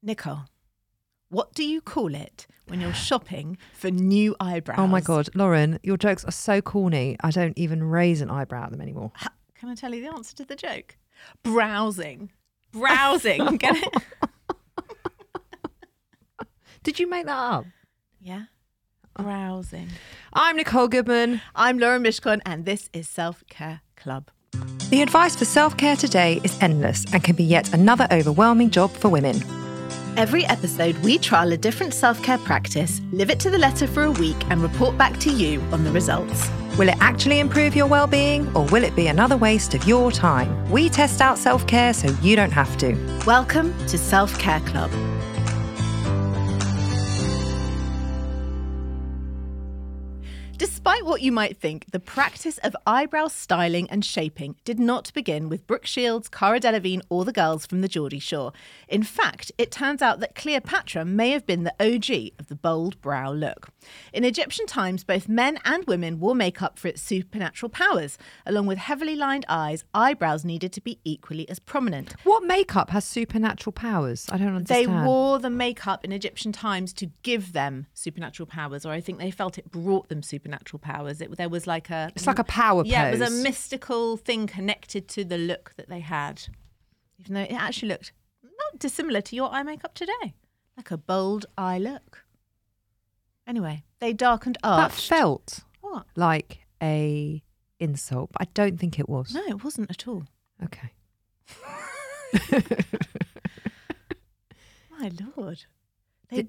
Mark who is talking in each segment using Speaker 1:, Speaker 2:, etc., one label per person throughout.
Speaker 1: Nicole, what do you call it when you're shopping for new eyebrows?
Speaker 2: Oh my god, Lauren, your jokes are so corny. I don't even raise an eyebrow at them anymore.
Speaker 1: Ha- Can I tell you the answer to the joke? Browsing. Browsing. Get it?
Speaker 2: Did you make that up?
Speaker 1: Yeah. Browsing.
Speaker 2: I'm Nicole Goodman.
Speaker 1: I'm Lauren Mishcon, and this is Self Care Club.
Speaker 2: The advice for self-care today is endless and can be yet another overwhelming job for women.
Speaker 1: Every episode, we trial a different self care practice, live it to the letter for a week, and report back to you on the results.
Speaker 2: Will it actually improve your well-being or will it be another waste of your time? We test out self-care so you don't have to.
Speaker 1: Welcome to Self Care Club. Despite what you might think, the practice of eyebrow styling and shaping did not begin with Brooke Shields, Cara Delevingne, or the girls from the Geordie Shore. In fact, it turns out that Cleopatra may have been the OG of the bold brow look. In Egyptian times, both men and women wore makeup for its supernatural powers. Along with heavily lined eyes, eyebrows needed to be equally as prominent.
Speaker 2: What makeup has supernatural powers? I don't
Speaker 1: They
Speaker 2: understand.
Speaker 1: wore the makeup in Egyptian times to give them supernatural powers, or I think they felt it brought them supernatural powers. It, there was like a
Speaker 2: It's like a power
Speaker 1: yeah, it was
Speaker 2: pose.
Speaker 1: a mystical thing connected to the look that they had, even though it actually looked not dissimilar to your eye makeup today, like a bold eye look. Anyway, they darkened
Speaker 2: that
Speaker 1: arched.
Speaker 2: felt
Speaker 1: What?
Speaker 2: like a insult, but I don't think it was.
Speaker 1: No, it wasn't at all.
Speaker 2: Okay.
Speaker 1: My lord, they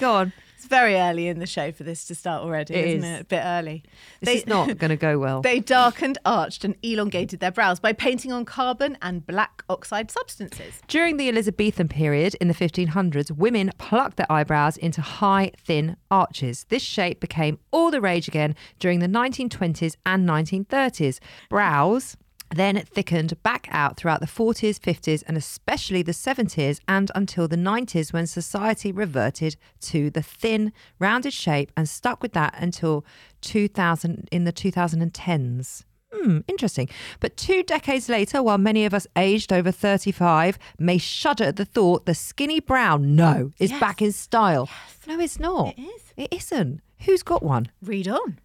Speaker 2: Go on.
Speaker 1: It's very early in the show for this to start already,
Speaker 2: It
Speaker 1: is isn't
Speaker 2: is.
Speaker 1: it? A bit early.
Speaker 2: This is not going to go well.
Speaker 1: They darkened, arched, and elongated their brows by painting on carbon and black oxide substances.
Speaker 2: During the Elizabethan period in the 1500s, women plucked their eyebrows into high, thin arches. This shape became all the rage again during the 1920s and 1930s. Brows then thickened back out throughout the 40s, 50s, and especially the 70s and until the 90s when society reverted to the thin, rounded shape and stuck with that until 2000 in the 2010s. Hmm, interesting. But two decades later, while many of us aged over 35 may shudder at the thought, the skinny brown, no, is
Speaker 1: Yes.
Speaker 2: back in style. No, it's not.
Speaker 1: It is.
Speaker 2: It isn't. Who's got one?
Speaker 1: Read on.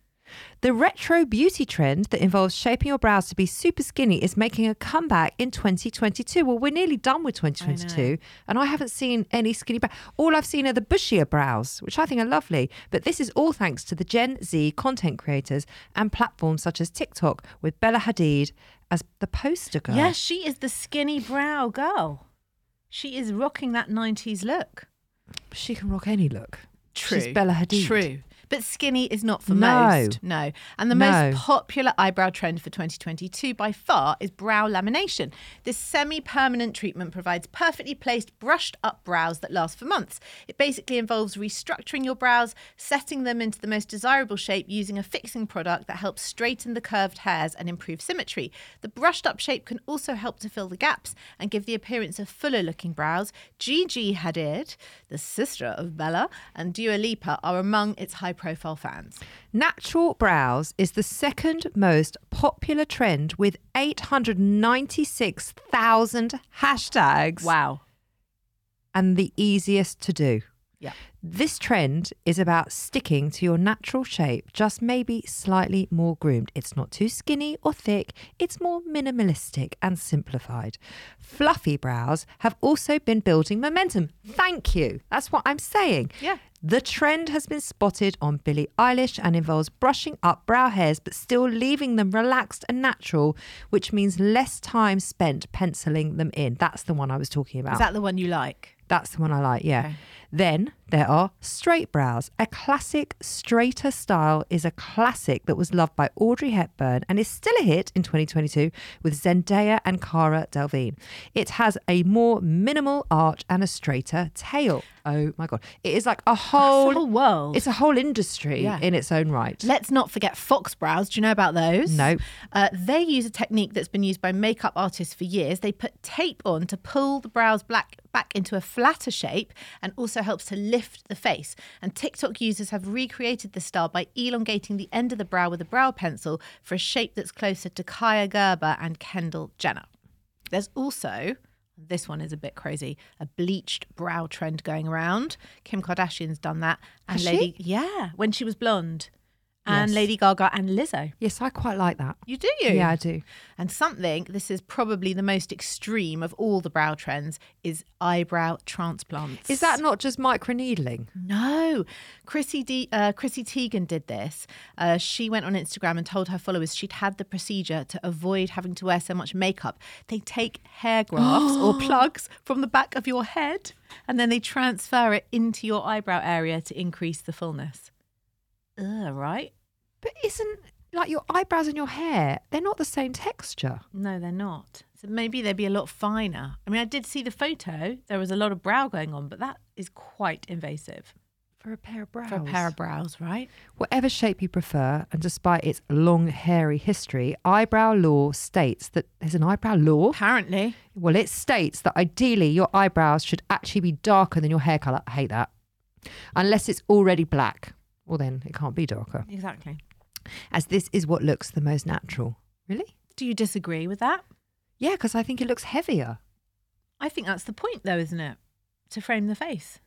Speaker 2: The retro beauty trend that involves shaping your brows to be super skinny is making a comeback in 2022. Well, we're nearly done with 2022, and I haven't seen any skinny brows. All I've seen are the bushier brows, which I think are lovely. But this is all thanks to the Gen Z content creators and platforms such as TikTok, with Bella Hadid as the poster girl.
Speaker 1: Yes, she is the skinny brow girl. She is rocking that 90s look.
Speaker 2: she can rock any look. She's Bella Hadid.
Speaker 1: True. But skinny is not for
Speaker 2: No.
Speaker 1: most. No. And the
Speaker 2: No.
Speaker 1: most popular eyebrow trend for 2022 by far is brow lamination. This semi permanent treatment provides perfectly placed, brushed up brows that last for months. It basically involves restructuring your brows, setting them into the most desirable shape using a fixing product that helps straighten the curved hairs and improve symmetry. The brushed up shape can also help to fill the gaps and give the appearance of fuller looking brows. Gigi Hadid, the sister of Bella, and Dua Lipa are among its high profile fans.
Speaker 2: Natural brows is the second most popular trend with 896,000 hashtags
Speaker 1: Wow.
Speaker 2: and the easiest to do.
Speaker 1: Yeah.
Speaker 2: This trend is about sticking to your natural shape, just maybe slightly more groomed. It's not too skinny or thick, it's more minimalistic and simplified. Fluffy brows have also been building momentum. Thank you. That's what I'm saying.
Speaker 1: Yeah.
Speaker 2: The trend has been spotted on Billie Eilish and involves brushing up brow hairs but still leaving them relaxed and natural, which means less time spent penciling them in. That's the one I was talking about.
Speaker 1: Is that the one you like?
Speaker 2: That's the one I like, yeah. Then there are straight brows. A classic straighter style is a classic that was loved by Audrey Hepburn and is still a hit in 2022 with Zendaya and Cara Delvine. It has a more minimal arch and a straighter tail. Oh my god. It is like a whole,
Speaker 1: whole world.
Speaker 2: It's a whole industry
Speaker 1: Yeah.
Speaker 2: in its own right.
Speaker 1: Let's not forget fox brows. Do you know about those?
Speaker 2: No.
Speaker 1: Uh, they use a technique that's been used by makeup artists for years. They put tape on to pull the brows black back into a flatter shape and also helps to lift the face. And TikTok users have recreated this style by elongating the end of the brow with a brow pencil for a shape that's closer to Kaya Gerber and Kendall Jenner. There's also this one is a bit crazy. A bleached brow trend going around. Kim Kardashian's done that, and
Speaker 2: Has
Speaker 1: Lady yeah, when she was blonde, and
Speaker 2: Yes.
Speaker 1: Lady Gaga and Lizzo.
Speaker 2: Yes, I quite like that.
Speaker 1: You do you?
Speaker 2: Yeah, I do.
Speaker 1: And something this is probably the most extreme of all the brow trends is eyebrow transplants.
Speaker 2: Is that not just microneedling?
Speaker 1: No, Chrissy D, uh, Chrissy Teigen did this. Uh, she went on Instagram and told her followers she'd had the procedure to avoid having to wear so much makeup. They take hair grafts or plugs from the back of your head, and then they transfer it into your eyebrow area to increase the fullness. Ugh, right?
Speaker 2: But isn't like your eyebrows and your hair, they're not the same texture.
Speaker 1: No, they're not. So maybe they'd be a lot finer. I mean, I did see the photo. There was a lot of brow going on, but that is quite invasive
Speaker 2: For a pair of brows.
Speaker 1: for a pair of brows, right?
Speaker 2: Whatever shape you prefer, and despite its long, hairy history, eyebrow law states that there's an eyebrow law.
Speaker 1: Apparently.
Speaker 2: Well, it states that ideally your eyebrows should actually be darker than your hair color. I hate that. Unless it's already black. Well, then it can't be darker,
Speaker 1: Exactly.
Speaker 2: as this is what looks the most natural. Really?
Speaker 1: Do you disagree with that?
Speaker 2: Yeah, because I think it looks heavier.
Speaker 1: I think that's the point, though, isn't it? To frame the face.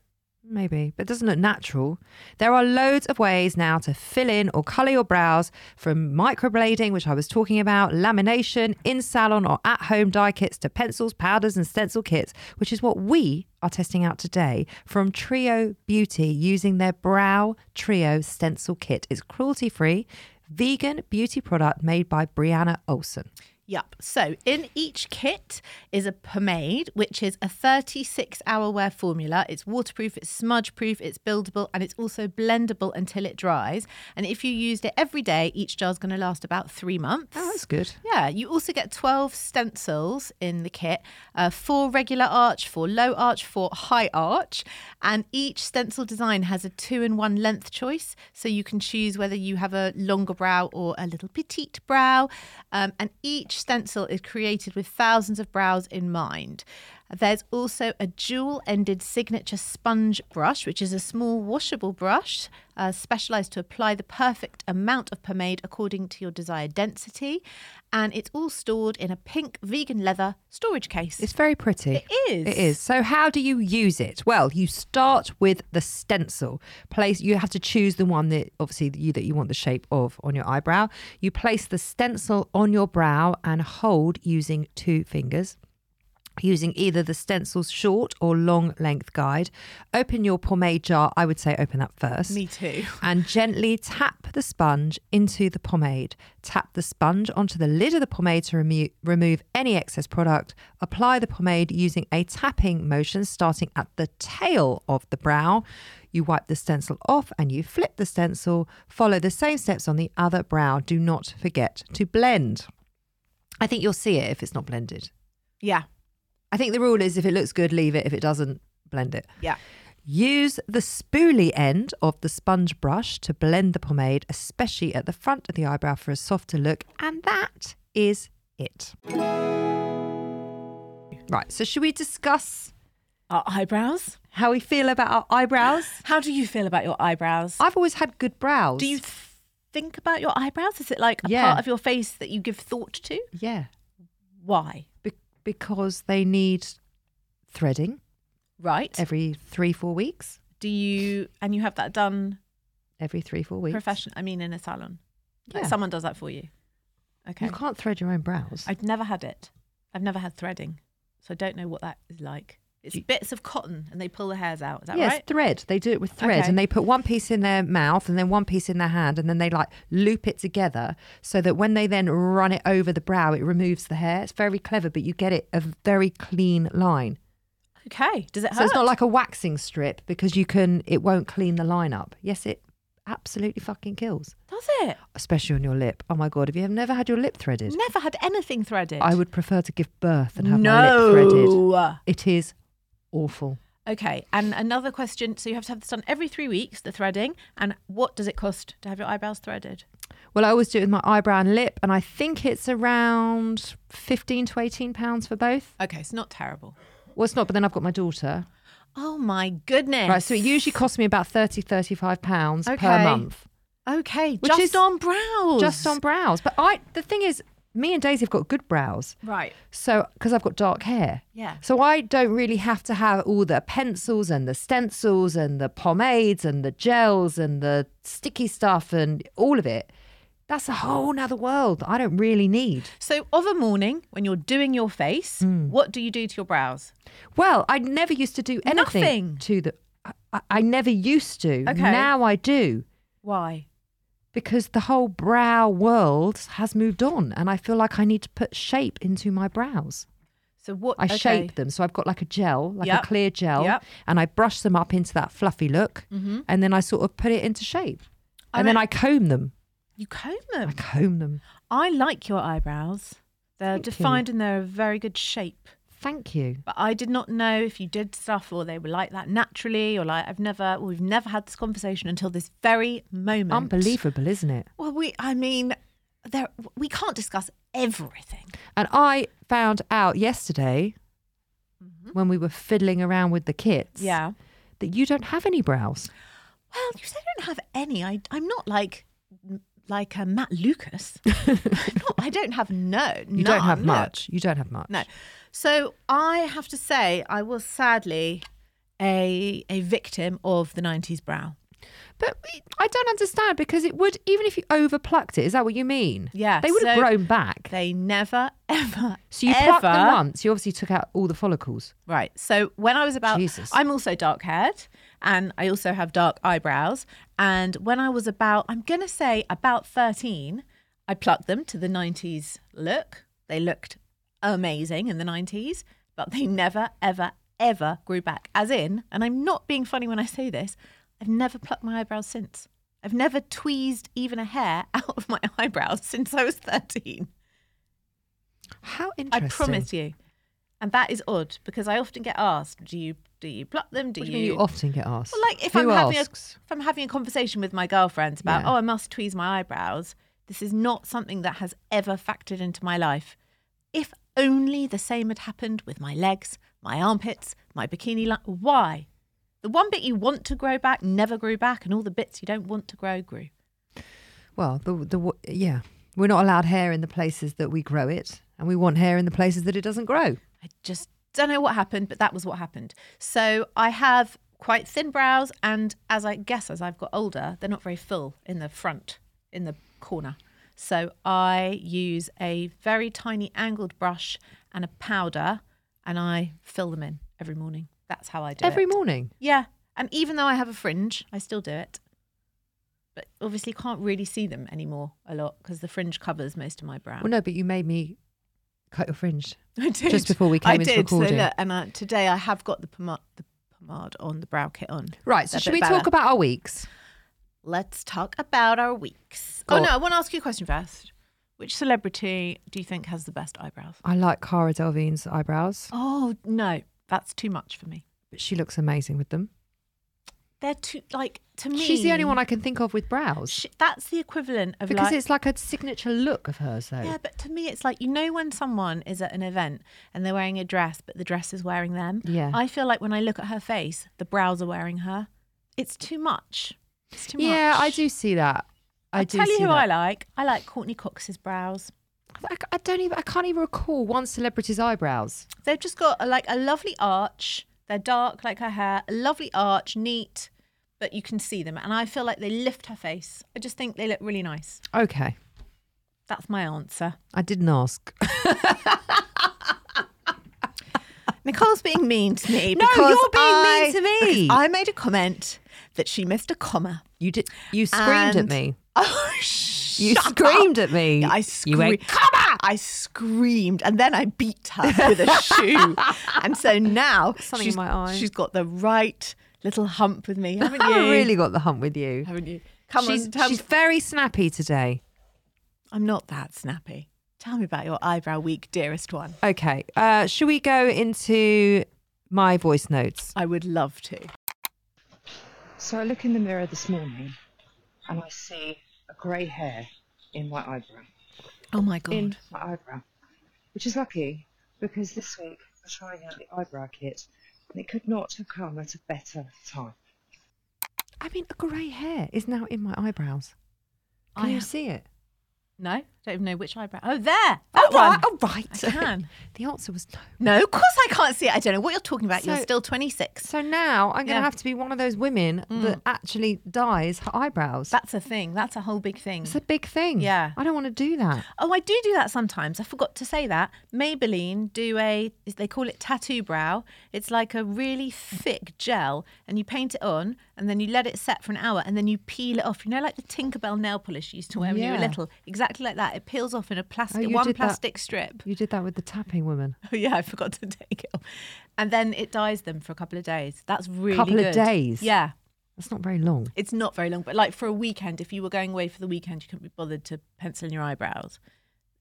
Speaker 2: Maybe, but it doesn't look natural. There are loads of ways now to fill in or colour your brows from microblading, which I was talking about, lamination, in salon or at home dye kits to pencils, powders, and stencil kits, which is what we are testing out today from Trio Beauty using their Brow Trio Stencil Kit. It's cruelty free, vegan beauty product made by Brianna Olson.
Speaker 1: Yup. So in each kit is a pomade, which is a 36 hour wear formula. It's waterproof, it's smudge proof, it's buildable, and it's also blendable until it dries. And if you used it every day, each jar's going to last about three months.
Speaker 2: Oh, that's good.
Speaker 1: Yeah, you also get 12 stencils in the kit uh, four regular arch, four low arch, four high arch. And each stencil design has a two in one length choice. So you can choose whether you have a longer brow or a little petite brow. Um, and each stencil is created with thousands of brows in mind. There's also a dual ended signature sponge brush, which is a small washable brush uh, specialized to apply the perfect amount of pomade according to your desired density. And it's all stored in a pink vegan leather storage case.
Speaker 2: It's very pretty.
Speaker 1: It is.
Speaker 2: It is. So how do you use it? Well, you start with the stencil. Place you have to choose the one that obviously that you that you want the shape of on your eyebrow. You place the stencil on your brow and hold using two fingers. Using either the stencil's short or long length guide. Open your pomade jar. I would say open that first
Speaker 1: Me too.
Speaker 2: and gently tap the sponge into the pomade. Tap the sponge onto the lid of the pomade to remo- remove any excess product. Apply the pomade using a tapping motion starting at the tail of the brow. You wipe the stencil off and you flip the stencil. Follow the same steps on the other brow. Do not forget to blend. I think you'll see it if it's not blended.
Speaker 1: Yeah.
Speaker 2: I think the rule is if it looks good, leave it. If it doesn't, blend it.
Speaker 1: Yeah.
Speaker 2: Use the spoolie end of the sponge brush to blend the pomade, especially at the front of the eyebrow for a softer look. And that is it. Right, so should we discuss
Speaker 1: Our eyebrows.
Speaker 2: how we feel about our eyebrows?
Speaker 1: How do you feel about your eyebrows?
Speaker 2: I've always had good brows.
Speaker 1: do you th- think about your eyebrows? Is it like a
Speaker 2: Yeah.
Speaker 1: part of your face that you give thought to?
Speaker 2: yeah,
Speaker 1: Why?
Speaker 2: be- because they need threading
Speaker 1: Right.
Speaker 2: every three, four weeks.
Speaker 1: Do you and you have that done
Speaker 2: every three, four weeks.
Speaker 1: profession? I mean, in a salon, Like,
Speaker 2: Yeah.
Speaker 1: someone does that for you. Okay,
Speaker 2: You can't thread your own brows.
Speaker 1: I've never had it. I've never had threading, so I don't know what that is like. It's bits of cotton, and they pull the hairs out. Is that
Speaker 2: yes,
Speaker 1: right?
Speaker 2: thread. They do it with thread,
Speaker 1: Okay.
Speaker 2: and they put one piece in their mouth and then one piece in their hand, and then they like loop it together so that when they then run it over the brow, it removes the hair. It's very clever, but you get it a very clean line.
Speaker 1: Okay. Does it hurt?
Speaker 2: So it's not like a waxing strip because you can. It won't clean the line up. Yes, it absolutely fucking kills,
Speaker 1: Does it?
Speaker 2: especially on your lip. Oh my god, have you never had your lip threaded?
Speaker 1: Never had anything threaded.
Speaker 2: I would prefer to give birth than have
Speaker 1: no.
Speaker 2: my lip threaded. It is awful.
Speaker 1: Okay, and another question. So you have to have this done every three weeks, the threading. And what does it cost to have your eyebrows threaded?
Speaker 2: Well, I always do it with my eyebrow and lip, and I think it's around 15 to 18 pounds for both.
Speaker 1: Okay, it's not terrible.
Speaker 2: Well, it's not, but then I've got my daughter.
Speaker 1: Oh my goodness!
Speaker 2: Right, so it usually costs me about 30, 35 pounds
Speaker 1: Okay.
Speaker 2: per month
Speaker 1: okay,
Speaker 2: Which
Speaker 1: just
Speaker 2: is-
Speaker 1: on brows,
Speaker 2: just on brows. But I, the thing is, me and Daisy have got good brows.
Speaker 1: right.
Speaker 2: So, because I've got dark hair.
Speaker 1: Yeah.
Speaker 2: So I don't really have to have all the pencils and the stencils and the pomades and the gels and the sticky stuff and all of it. That's a whole nother world that I don't really need.
Speaker 1: So of a morning when you're doing your face,
Speaker 2: Hmm.
Speaker 1: what do you do to your brows?
Speaker 2: Well, I never used to do anything
Speaker 1: Nothing.
Speaker 2: to the. I- I, I never used to.
Speaker 1: Okay.
Speaker 2: Now I do
Speaker 1: Why?
Speaker 2: because the whole brow world has moved on, and I feel like I need to put shape into my brows.
Speaker 1: So what?
Speaker 2: I
Speaker 1: Oh, okay.
Speaker 2: shape them, so I've got like a gel, like
Speaker 1: Yep.
Speaker 2: a clear gel,
Speaker 1: Yep.
Speaker 2: and I brush them up into that fluffy look,
Speaker 1: Mm-hmm.
Speaker 2: and then I sort of put it into shape,
Speaker 1: I
Speaker 2: and then
Speaker 1: mean-
Speaker 2: I comb them.
Speaker 1: You comb
Speaker 2: I
Speaker 1: them.
Speaker 2: comb them.
Speaker 1: I like your eyebrows. They're
Speaker 2: Thank you.
Speaker 1: defined and they're a very good shape.
Speaker 2: Thank you.
Speaker 1: But I did not know if you did stuff or they were like that naturally or like I've never well, we've never had this conversation until this very moment.
Speaker 2: Unbelievable, isn't it?
Speaker 1: Well, we I mean there we can't discuss everything.
Speaker 2: And I found out yesterday
Speaker 1: Mm-hmm.
Speaker 2: when we were fiddling around with the kits. that you don't have any brows.
Speaker 1: Well, you said I don't have any. I I'm not like like uh, Matt Lucas. Not- I don't have no.
Speaker 2: You don't have
Speaker 1: none.
Speaker 2: much. You don't have much.
Speaker 1: No. So I have to say I was sadly a a victim of the 90s brow.
Speaker 2: But we- I don't understand because it would, even if you overplucked it, is that what you mean?
Speaker 1: Yeah,
Speaker 2: They would have
Speaker 1: so-
Speaker 2: grown back.
Speaker 1: They never ever
Speaker 2: so you plucked them
Speaker 1: ever-
Speaker 2: once. You obviously took out all the follicles.
Speaker 1: Right. So when I was about,
Speaker 2: Jesus.
Speaker 1: I'm also dark haired and I also have dark eyebrows. And when I was about, I'm going to say about 13, I plucked them to the 90s look. They looked amazing in the 90s, but they never, ever, ever grew back. As in, and I'm not being funny when I say this, I've never plucked my eyebrows since. I've never tweezed even a hair out of my eyebrows since I was 13.
Speaker 2: How
Speaker 1: I
Speaker 2: interesting.
Speaker 1: promise you. And that is odd because I often get asked, "Do you do you pluck them? Do
Speaker 2: What do
Speaker 1: you?"
Speaker 2: you mean you often get asked?
Speaker 1: well, like if
Speaker 2: Who
Speaker 1: I'm having a,
Speaker 2: asks?
Speaker 1: if I'm having a conversation with my girlfriends about,
Speaker 2: Yeah.
Speaker 1: "Oh, I must tweeze my eyebrows." This is not something that has ever factored into my life. If only the same had happened with my legs, my armpits, my bikini line. Why? The one bit you want to grow back never grew back, and all the bits you don't want to grow grew.
Speaker 2: Well, the, the w- yeah. We're not allowed hair in the places that we grow it, and we want hair in the places that it doesn't grow.
Speaker 1: I just don't know what happened, but that was what happened. So I have quite thin brows, and as I guess as I've got older, they're not very full in the front, in the corner. So I use a very tiny angled brush and a powder, and I fill them in every morning. That's how I do
Speaker 2: Every
Speaker 1: it.
Speaker 2: morning.
Speaker 1: Yeah, and even though I have a fringe, I still do it. But obviously, can't really see them anymore a lot because the fringe covers most of my brow.
Speaker 2: Well, no, but you made me cut your fringe.
Speaker 1: I did.
Speaker 2: Just before we
Speaker 1: I
Speaker 2: came into
Speaker 1: did. So
Speaker 2: recording.
Speaker 1: look, and I, today I have got the pomade, the pomade on, the brow kit on.
Speaker 2: Right. So
Speaker 1: They're a
Speaker 2: should
Speaker 1: bit
Speaker 2: we
Speaker 1: better.
Speaker 2: talk about our weeks?
Speaker 1: Let's talk about our weeks.
Speaker 2: Go
Speaker 1: Oh no,
Speaker 2: on.
Speaker 1: I want to ask you a question first. Which celebrity do you think has the best eyebrows?
Speaker 2: I like Cara Delevingne's eyebrows.
Speaker 1: Oh no, that's too much for me.
Speaker 2: but she looks amazing with them.
Speaker 1: They're too like to me.
Speaker 2: She's the only one I can think of with brows
Speaker 1: Sh- that's the equivalent of
Speaker 2: because
Speaker 1: like,
Speaker 2: it's like a signature look of hers, though.
Speaker 1: Yeah, but to me, it's like you know when someone is at an event and they're wearing a dress, but the dress is wearing them.
Speaker 2: Yeah.
Speaker 1: I feel like when I look at her face, the brows are wearing her. It's too much. It's too much.
Speaker 2: Yeah, I do see that. I
Speaker 1: I'll
Speaker 2: do
Speaker 1: tell you
Speaker 2: see
Speaker 1: who I
Speaker 2: that.
Speaker 1: like. I like Courtney Cox's brows.
Speaker 2: I, I don't even. I can't even recall one celebrity's eyebrows.
Speaker 1: They've just got a, like a lovely arch, They're dark like her hair, a lovely arch, neat, but you can see them. And I feel like they lift her face. I just think they look really nice.
Speaker 2: Okay.
Speaker 1: That's my answer.
Speaker 2: I didn't ask.
Speaker 1: Nicole's being mean to me.
Speaker 2: No,
Speaker 1: because
Speaker 2: you're
Speaker 1: I,
Speaker 2: being mean to me.
Speaker 1: because I made a comment that she missed a comma.
Speaker 2: You did. You screamed at
Speaker 1: and-
Speaker 2: me.
Speaker 1: Oh,
Speaker 2: You
Speaker 1: shut
Speaker 2: screamed
Speaker 1: up.
Speaker 2: at me.
Speaker 1: Yeah, I
Speaker 2: You
Speaker 1: screamed.
Speaker 2: went, "Comma!"
Speaker 1: I screamed, and then I beat her with a shoe. And so now
Speaker 2: Something in
Speaker 1: she's,
Speaker 2: my eye.
Speaker 1: she's got the right little hump with me, haven't
Speaker 2: I
Speaker 1: you?
Speaker 2: really got the hump with you.
Speaker 1: Oh, haven't you? Come
Speaker 2: she's,
Speaker 1: on, tell
Speaker 2: she's
Speaker 1: me.
Speaker 2: very snappy today.
Speaker 1: I'm not that snappy. Tell me about your eyebrow week, dearest one.
Speaker 2: Okay. Uh, should we go into my voice notes?
Speaker 1: I would love to.
Speaker 3: So I look in the mirror this morning and I see a grey hair in my eyebrow.
Speaker 1: Oh my
Speaker 3: In my eyebrow. Which is lucky because this week I'm trying out the eyebrow kit and it could not have come at a better time.
Speaker 2: I mean, a grey hair is now in my eyebrows. Can
Speaker 1: I
Speaker 2: you
Speaker 1: am-
Speaker 2: see it?
Speaker 1: No, I don't even know which eyebrow. Oh, there. That
Speaker 2: oh, right.
Speaker 1: one.
Speaker 2: Oh, right.
Speaker 1: I can.
Speaker 2: the answer was no.
Speaker 1: No, of course I can't see it. I don't know what you're talking about. you're
Speaker 2: So-
Speaker 1: still 26.
Speaker 2: So now I'm going to
Speaker 1: Yeah. Mm.
Speaker 2: have to be one of those women that actually dyes her eyebrows.
Speaker 1: That's a thing. That's a whole big thing.
Speaker 2: it's a big thing.
Speaker 1: Yeah.
Speaker 2: I don't want to do that.
Speaker 1: Oh, I do do that sometimes. I forgot to say that. Maybelline do a is- they call it tattoo brow. It's like a really thick gel, and you paint it on, and then you let it set for an hour, and then you peel it off. You know, like the Tinkerbell nail polish you used to wear when you were
Speaker 2: Yeah. Oh,
Speaker 1: little. Exactly like that. It peels off in a plastic
Speaker 2: you
Speaker 1: one
Speaker 2: did that.
Speaker 1: plastic strip.
Speaker 2: You did that with the tapping woman.
Speaker 1: Oh yeah, I forgot to take it off, and then it dyes them for a couple of days. That's really
Speaker 2: Couple
Speaker 1: good.
Speaker 2: of days?
Speaker 1: Yeah.
Speaker 2: That's not very long.
Speaker 1: It's not very long, but like for a weekend, if you were going away for the weekend, you couldn't be bothered to pencil in your eyebrows.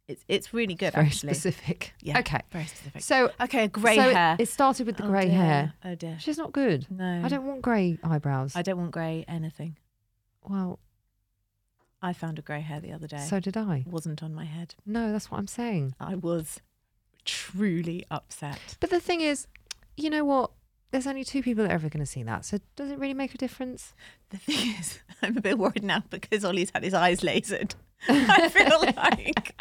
Speaker 1: It's it's really good,
Speaker 2: It's very
Speaker 1: actually.
Speaker 2: specific.
Speaker 1: Yeah,
Speaker 2: Okay.
Speaker 1: very specific.
Speaker 2: So
Speaker 1: Okay, grey
Speaker 2: so it-
Speaker 1: hair.
Speaker 2: It started with the
Speaker 1: Oh,
Speaker 2: grey
Speaker 1: dear.
Speaker 2: hair.
Speaker 1: Oh dear.
Speaker 2: She's not good.
Speaker 1: No.
Speaker 2: I don't want grey eyebrows.
Speaker 1: I don't want grey anything.
Speaker 2: well,
Speaker 1: I found a grey hair the other day.
Speaker 2: so did I.
Speaker 1: it wasn't on my head.
Speaker 2: No, that's what I'm saying.
Speaker 1: I was truly upset.
Speaker 2: But the thing is, you know what? There's only two people that are ever going to see that. So does it really make a difference?
Speaker 1: The thing is, I'm a bit worried now because Ollie's had his eyes lasered. I feel like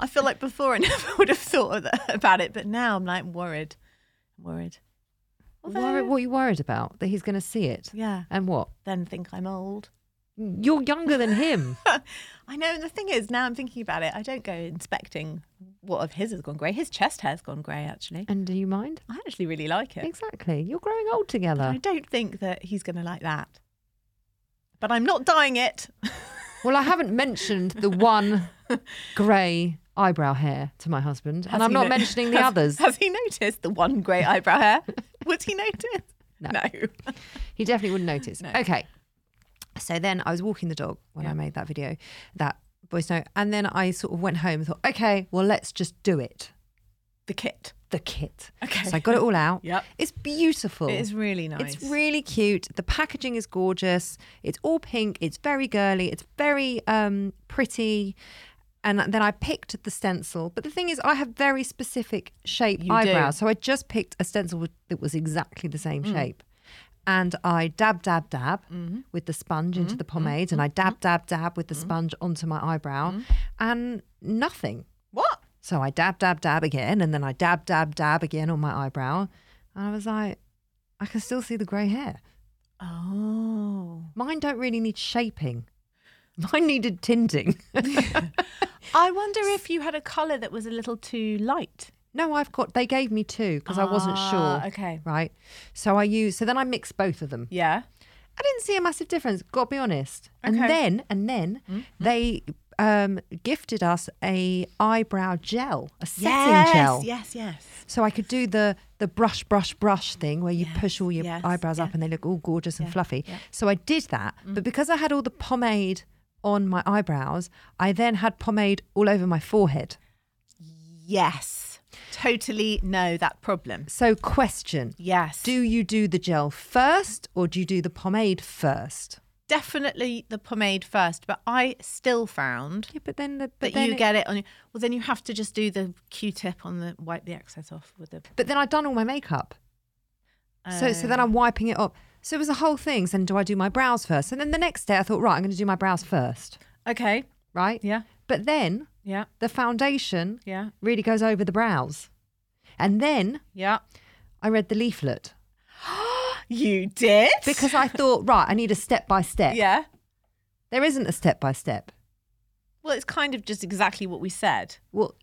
Speaker 1: I feel like before I never would have thought of that, about it, but now I'm like worried. I'm worried.
Speaker 2: Worri-
Speaker 1: Although-
Speaker 2: what are you worried about? That he's going to see it?
Speaker 1: Yeah.
Speaker 2: And what?
Speaker 1: Then think I'm old.
Speaker 2: You're younger than him.
Speaker 1: I know. And the thing is, now I'm thinking about it, I don't go inspecting what of his has gone grey. His chest hair's gone grey, actually.
Speaker 2: and do you mind?
Speaker 1: I actually really like it.
Speaker 2: Exactly. You're growing old
Speaker 1: But I
Speaker 2: together.
Speaker 1: don't think that he's going to like that. But I'm not dying it.
Speaker 2: Well, I haven't mentioned the one grey eyebrow hair to my husband,
Speaker 1: Has
Speaker 2: and I'm
Speaker 1: he
Speaker 2: not
Speaker 1: no-
Speaker 2: mentioning the
Speaker 1: has-
Speaker 2: others.
Speaker 1: Has he noticed the one grey eyebrow hair? Would he notice?
Speaker 2: No.
Speaker 1: no.
Speaker 2: He definitely wouldn't notice.
Speaker 1: No.
Speaker 2: Okay. So then I was walking the dog when
Speaker 1: Yeah.
Speaker 2: I made that video, that voice note, and then I sort of went home and thought, okay, well, let's just do it.
Speaker 1: The kit.
Speaker 2: The kit.
Speaker 1: Okay.
Speaker 2: So I got it all out.
Speaker 1: Yep.
Speaker 2: It's beautiful.
Speaker 1: It is really nice.
Speaker 2: It's really cute. The packaging is gorgeous. It's all pink. It's very girly. It's very um, pretty. And then I picked the stencil. But the thing is, I have very specific shape
Speaker 1: You do.
Speaker 2: eyebrows. So I just picked a stencil with- that was exactly the
Speaker 1: Mm.
Speaker 2: same shape. And I dab, dab, dab
Speaker 1: Mm-hmm.
Speaker 2: with the sponge into the pomade. And I dab, dab, dab with the sponge onto my eyebrow.
Speaker 1: Mm-hmm.
Speaker 2: And nothing.
Speaker 1: What?
Speaker 2: So I dab, dab, dab again, and then I dab, dab, dab again on my eyebrow. And I was like, I can still see the grey hair.
Speaker 1: Oh.
Speaker 2: Mine don't really need shaping. Mine needed tinting.
Speaker 1: I wonder if you had a colour that was a little too light.
Speaker 2: no, I've got. They gave me two because I wasn't
Speaker 1: Ah,
Speaker 2: sure.
Speaker 1: okay.
Speaker 2: right. So I used. So then I mixed both of them.
Speaker 1: Yeah.
Speaker 2: I didn't see a massive difference. Got to be honest. And
Speaker 1: Okay. Mm-hmm.
Speaker 2: then, and then they um, gifted us a eyebrow gel, a setting gel.
Speaker 1: Yes, yes.
Speaker 2: So I could do the the brush, brush, brush thing where you
Speaker 1: Yes,
Speaker 2: push all your
Speaker 1: yes,
Speaker 2: eyebrows
Speaker 1: yeah.
Speaker 2: up and they look all gorgeous and
Speaker 1: Yeah,
Speaker 2: fluffy.
Speaker 1: yeah. Mm.
Speaker 2: So I did that, but because I had all the pomade on my eyebrows, I then had pomade all over my forehead.
Speaker 1: Yes. Totally know that problem.
Speaker 2: So question:
Speaker 1: Yes.
Speaker 2: Do you do the gel first or do you do the pomade first?
Speaker 1: definitely the pomade first, but I still found
Speaker 2: Yeah, but then the but
Speaker 1: that
Speaker 2: then
Speaker 1: you
Speaker 2: it-
Speaker 1: get it on. Well, then you have to just do the Q-tip on the wipe the excess off with the.
Speaker 2: But then I'd done all my makeup, so so then
Speaker 1: Uh,
Speaker 2: I'm wiping it up. So it was a whole thing. So then do I do my brows first? And then the next day I thought, right, I'm going to do my brows first,
Speaker 1: okay.
Speaker 2: right?
Speaker 1: Yeah.
Speaker 2: But then
Speaker 1: Yeah.
Speaker 2: the foundation
Speaker 1: Yeah.
Speaker 2: really goes over the brows. And then
Speaker 1: Yeah.
Speaker 2: I read the leaflet
Speaker 1: You did?
Speaker 2: because I thought, right, I need a step by step.
Speaker 1: Yeah.
Speaker 2: There isn't a step by step.
Speaker 1: Well, it's kind of just exactly what we said.
Speaker 2: Well,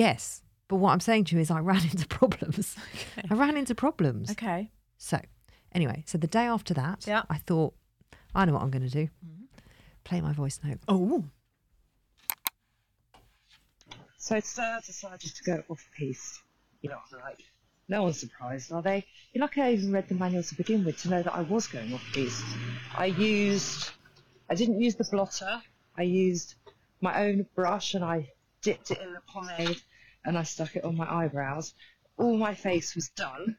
Speaker 2: yes. But what I'm saying to you is, I ran into problems. I ran into problems.
Speaker 1: Okay.
Speaker 2: So, anyway, so the day after that,
Speaker 1: Yeah. Mm-hmm.
Speaker 2: I thought, I know what I'm going to do. Play my voice note.
Speaker 1: Oh.
Speaker 3: So Star decided to go off piste. You know, I'm like, no one's surprised, are they? You're lucky I even read the manual to begin with to know that I was going off piste. I used, I didn't use the blotter. I used my own brush and I dipped it in the pomade and I stuck it on my eyebrows. All my face was done,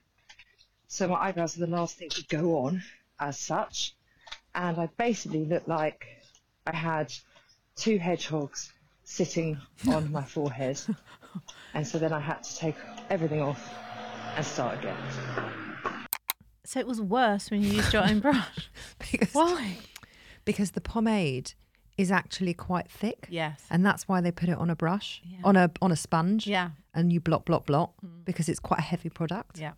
Speaker 3: so my eyebrows are the last thing to go on as such. And I basically looked like I had two hedgehogs sitting on my forehead. And so then I had to take everything off and start again.
Speaker 1: So it was worse when you used your own brush.
Speaker 2: Because,
Speaker 1: Why?
Speaker 2: because the pomade is actually quite thick.
Speaker 1: Yes.
Speaker 2: And that's why they put it on a brush, on a on a sponge.
Speaker 1: Yeah. Mm.
Speaker 2: And you blot, blot, blot because it's quite a heavy product.
Speaker 1: Yeah.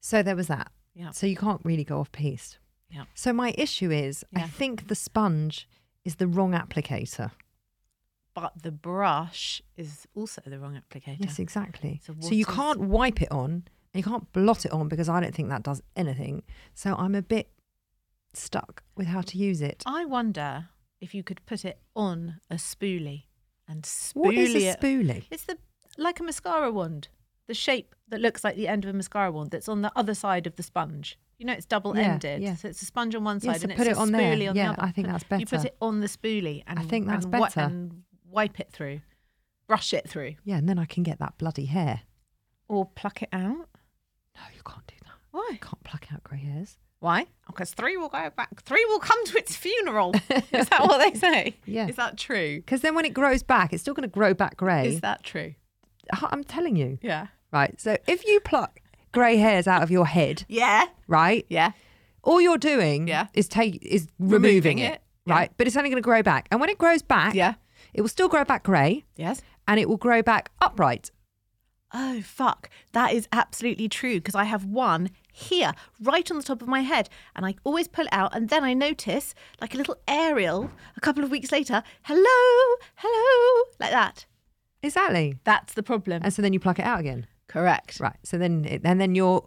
Speaker 2: So there was that.
Speaker 1: Yeah.
Speaker 2: So you can't really go off piste.
Speaker 1: Yeah.
Speaker 2: So my issue is, I
Speaker 1: Yeah.
Speaker 2: think the sponge is the wrong applicator.
Speaker 1: But the brush is also the wrong applicator.
Speaker 2: Yes, exactly.
Speaker 1: So
Speaker 2: So,
Speaker 1: what
Speaker 2: you
Speaker 1: is-
Speaker 2: can't wipe it on and you can't blot it on because I don't think that does anything. So I'm a bit stuck with how to use it.
Speaker 1: I wonder if you could put it on a spoolie and spoolie.
Speaker 2: What is a
Speaker 1: it.
Speaker 2: spoolie?
Speaker 1: It's the like a mascara wand, the shape that looks like the end of a mascara wand that's on the other side of the sponge. You know, it's double ended,
Speaker 2: yeah.
Speaker 1: so it's a sponge on one
Speaker 2: Yeah,
Speaker 1: side
Speaker 2: so
Speaker 1: and
Speaker 2: put
Speaker 1: it's
Speaker 2: it
Speaker 1: a
Speaker 2: on there.
Speaker 1: spoolie on
Speaker 2: Yeah,
Speaker 1: the other.
Speaker 2: I think that's
Speaker 1: You put
Speaker 2: better.
Speaker 1: it on the spoolie and
Speaker 2: think that's
Speaker 1: and, wi-
Speaker 2: better.
Speaker 1: and wipe it through, brush it through,
Speaker 2: Yeah, and then I can get that bloody hair.
Speaker 1: or pluck it out.
Speaker 2: No, you can't do that.
Speaker 1: Why?
Speaker 2: You can't pluck out grey hairs.
Speaker 1: Why? Because three will go back. Three will come to its funeral. Is that what they say?
Speaker 2: Yeah.
Speaker 1: Is that true?
Speaker 2: Because then when it grows back, it's still going to grow back grey.
Speaker 1: Is that true?
Speaker 2: I'm telling you.
Speaker 1: Yeah.
Speaker 2: Right. So if you pluck grey hairs out of your head,
Speaker 1: Yeah.
Speaker 2: right,
Speaker 1: Yeah.
Speaker 2: all you're doing
Speaker 1: Yeah.
Speaker 2: is take is removing,
Speaker 1: Removing
Speaker 2: it,
Speaker 1: it, yeah.
Speaker 2: right? But it's only going to grow back. And when it grows back,
Speaker 1: Yeah.
Speaker 2: it will still grow back grey
Speaker 1: Yes.
Speaker 2: and it will grow back upright.
Speaker 1: Oh, fuck. That is absolutely true because I have one here, right on the top of my head. And I always pull it out. And then I notice, like a little aerial, a couple of weeks later, hello, hello, like that.
Speaker 2: Exactly.
Speaker 1: That's the problem.
Speaker 2: And so then you pluck it out again.
Speaker 1: Correct.
Speaker 2: Right. So then it, and then you're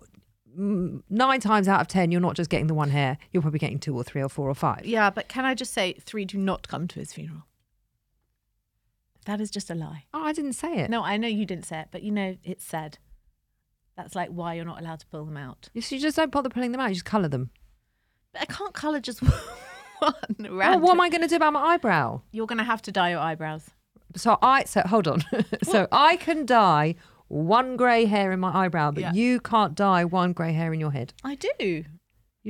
Speaker 2: mm, 9 times out of 10 you're not just getting the one hair, you're probably getting two or three or four or five.
Speaker 1: Yeah, but can I just say, three do not come to his funeral? That is just a lie.
Speaker 2: Oh, I didn't say it.
Speaker 1: No, I know you didn't say it, but you know, it's said. That's like why you're not allowed to pull them out.
Speaker 2: You- so you just don't bother pulling them out, you just colour them.
Speaker 1: But I can't colour just one.
Speaker 2: Oh,
Speaker 1: Random.
Speaker 2: what am I going to do about my eyebrow?
Speaker 1: You're going to have to dye your eyebrows.
Speaker 2: So I so hold on. so I can dye one grey hair in my eyebrow, but
Speaker 1: Yeah.
Speaker 2: you can't dye one grey hair in your head.
Speaker 1: I do.
Speaker 2: You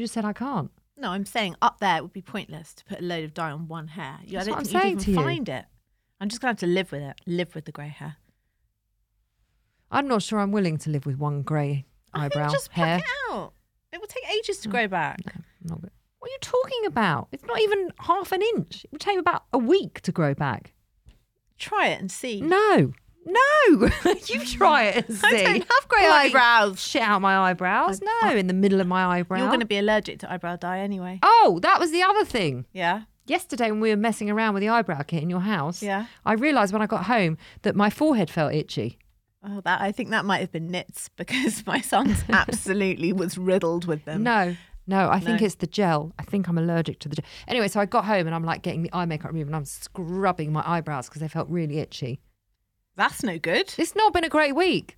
Speaker 2: just said I can't.
Speaker 1: No, I'm saying up there it would be pointless to put a load of dye on one hair. You, I
Speaker 2: That's
Speaker 1: don't
Speaker 2: what I'm
Speaker 1: think
Speaker 2: saying
Speaker 1: you'd
Speaker 2: to
Speaker 1: even
Speaker 2: you.
Speaker 1: find it. I'm just going to have to live with it. Live with the grey hair.
Speaker 2: I'm not sure I'm willing to live with one grey eyebrow
Speaker 1: I think just
Speaker 2: hair.
Speaker 1: pluck it out. It will take ages to grow back.
Speaker 2: Not good. What are you talking about? It's not even half an inch. It would take about a week to grow back.
Speaker 1: Try it and see.
Speaker 2: No. No. you try it and see.
Speaker 1: I don't have grey
Speaker 2: Bloody
Speaker 1: eyebrows.
Speaker 2: Shit out my eyebrows.
Speaker 1: I-
Speaker 2: No,
Speaker 1: I-
Speaker 2: in the middle of my eyebrow.
Speaker 1: You're going to be allergic to eyebrow dye anyway.
Speaker 2: Oh, that was the other thing.
Speaker 1: Yeah.
Speaker 2: Yesterday, when we were messing around with the eyebrow kit in your house,
Speaker 1: Yeah.
Speaker 2: I realised when I got home that my forehead felt itchy.
Speaker 1: Oh, that I think that might have been nits because my son's absolutely was riddled with them.
Speaker 2: no, no, I think
Speaker 1: no.
Speaker 2: it's the gel. I think I'm allergic to the gel. Anyway, so I got home and I'm like getting the eye makeup removed and I'm scrubbing my eyebrows because they felt really itchy.
Speaker 1: that's no good.
Speaker 2: It's not been a great week.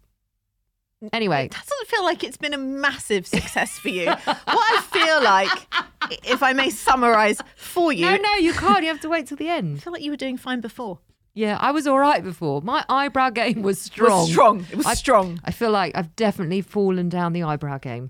Speaker 2: Anyway,
Speaker 1: It doesn't feel like it's been a massive success for you. what I feel like, if I may summarise for you,
Speaker 2: no, no, you can't. You have to wait till the
Speaker 1: I
Speaker 2: end.
Speaker 1: feel like you were doing fine before.
Speaker 2: Yeah, I was all right before. My eyebrow game was strong.
Speaker 1: strong. It was
Speaker 2: I-
Speaker 1: strong.
Speaker 2: I feel like I've definitely fallen down the eyebrow game.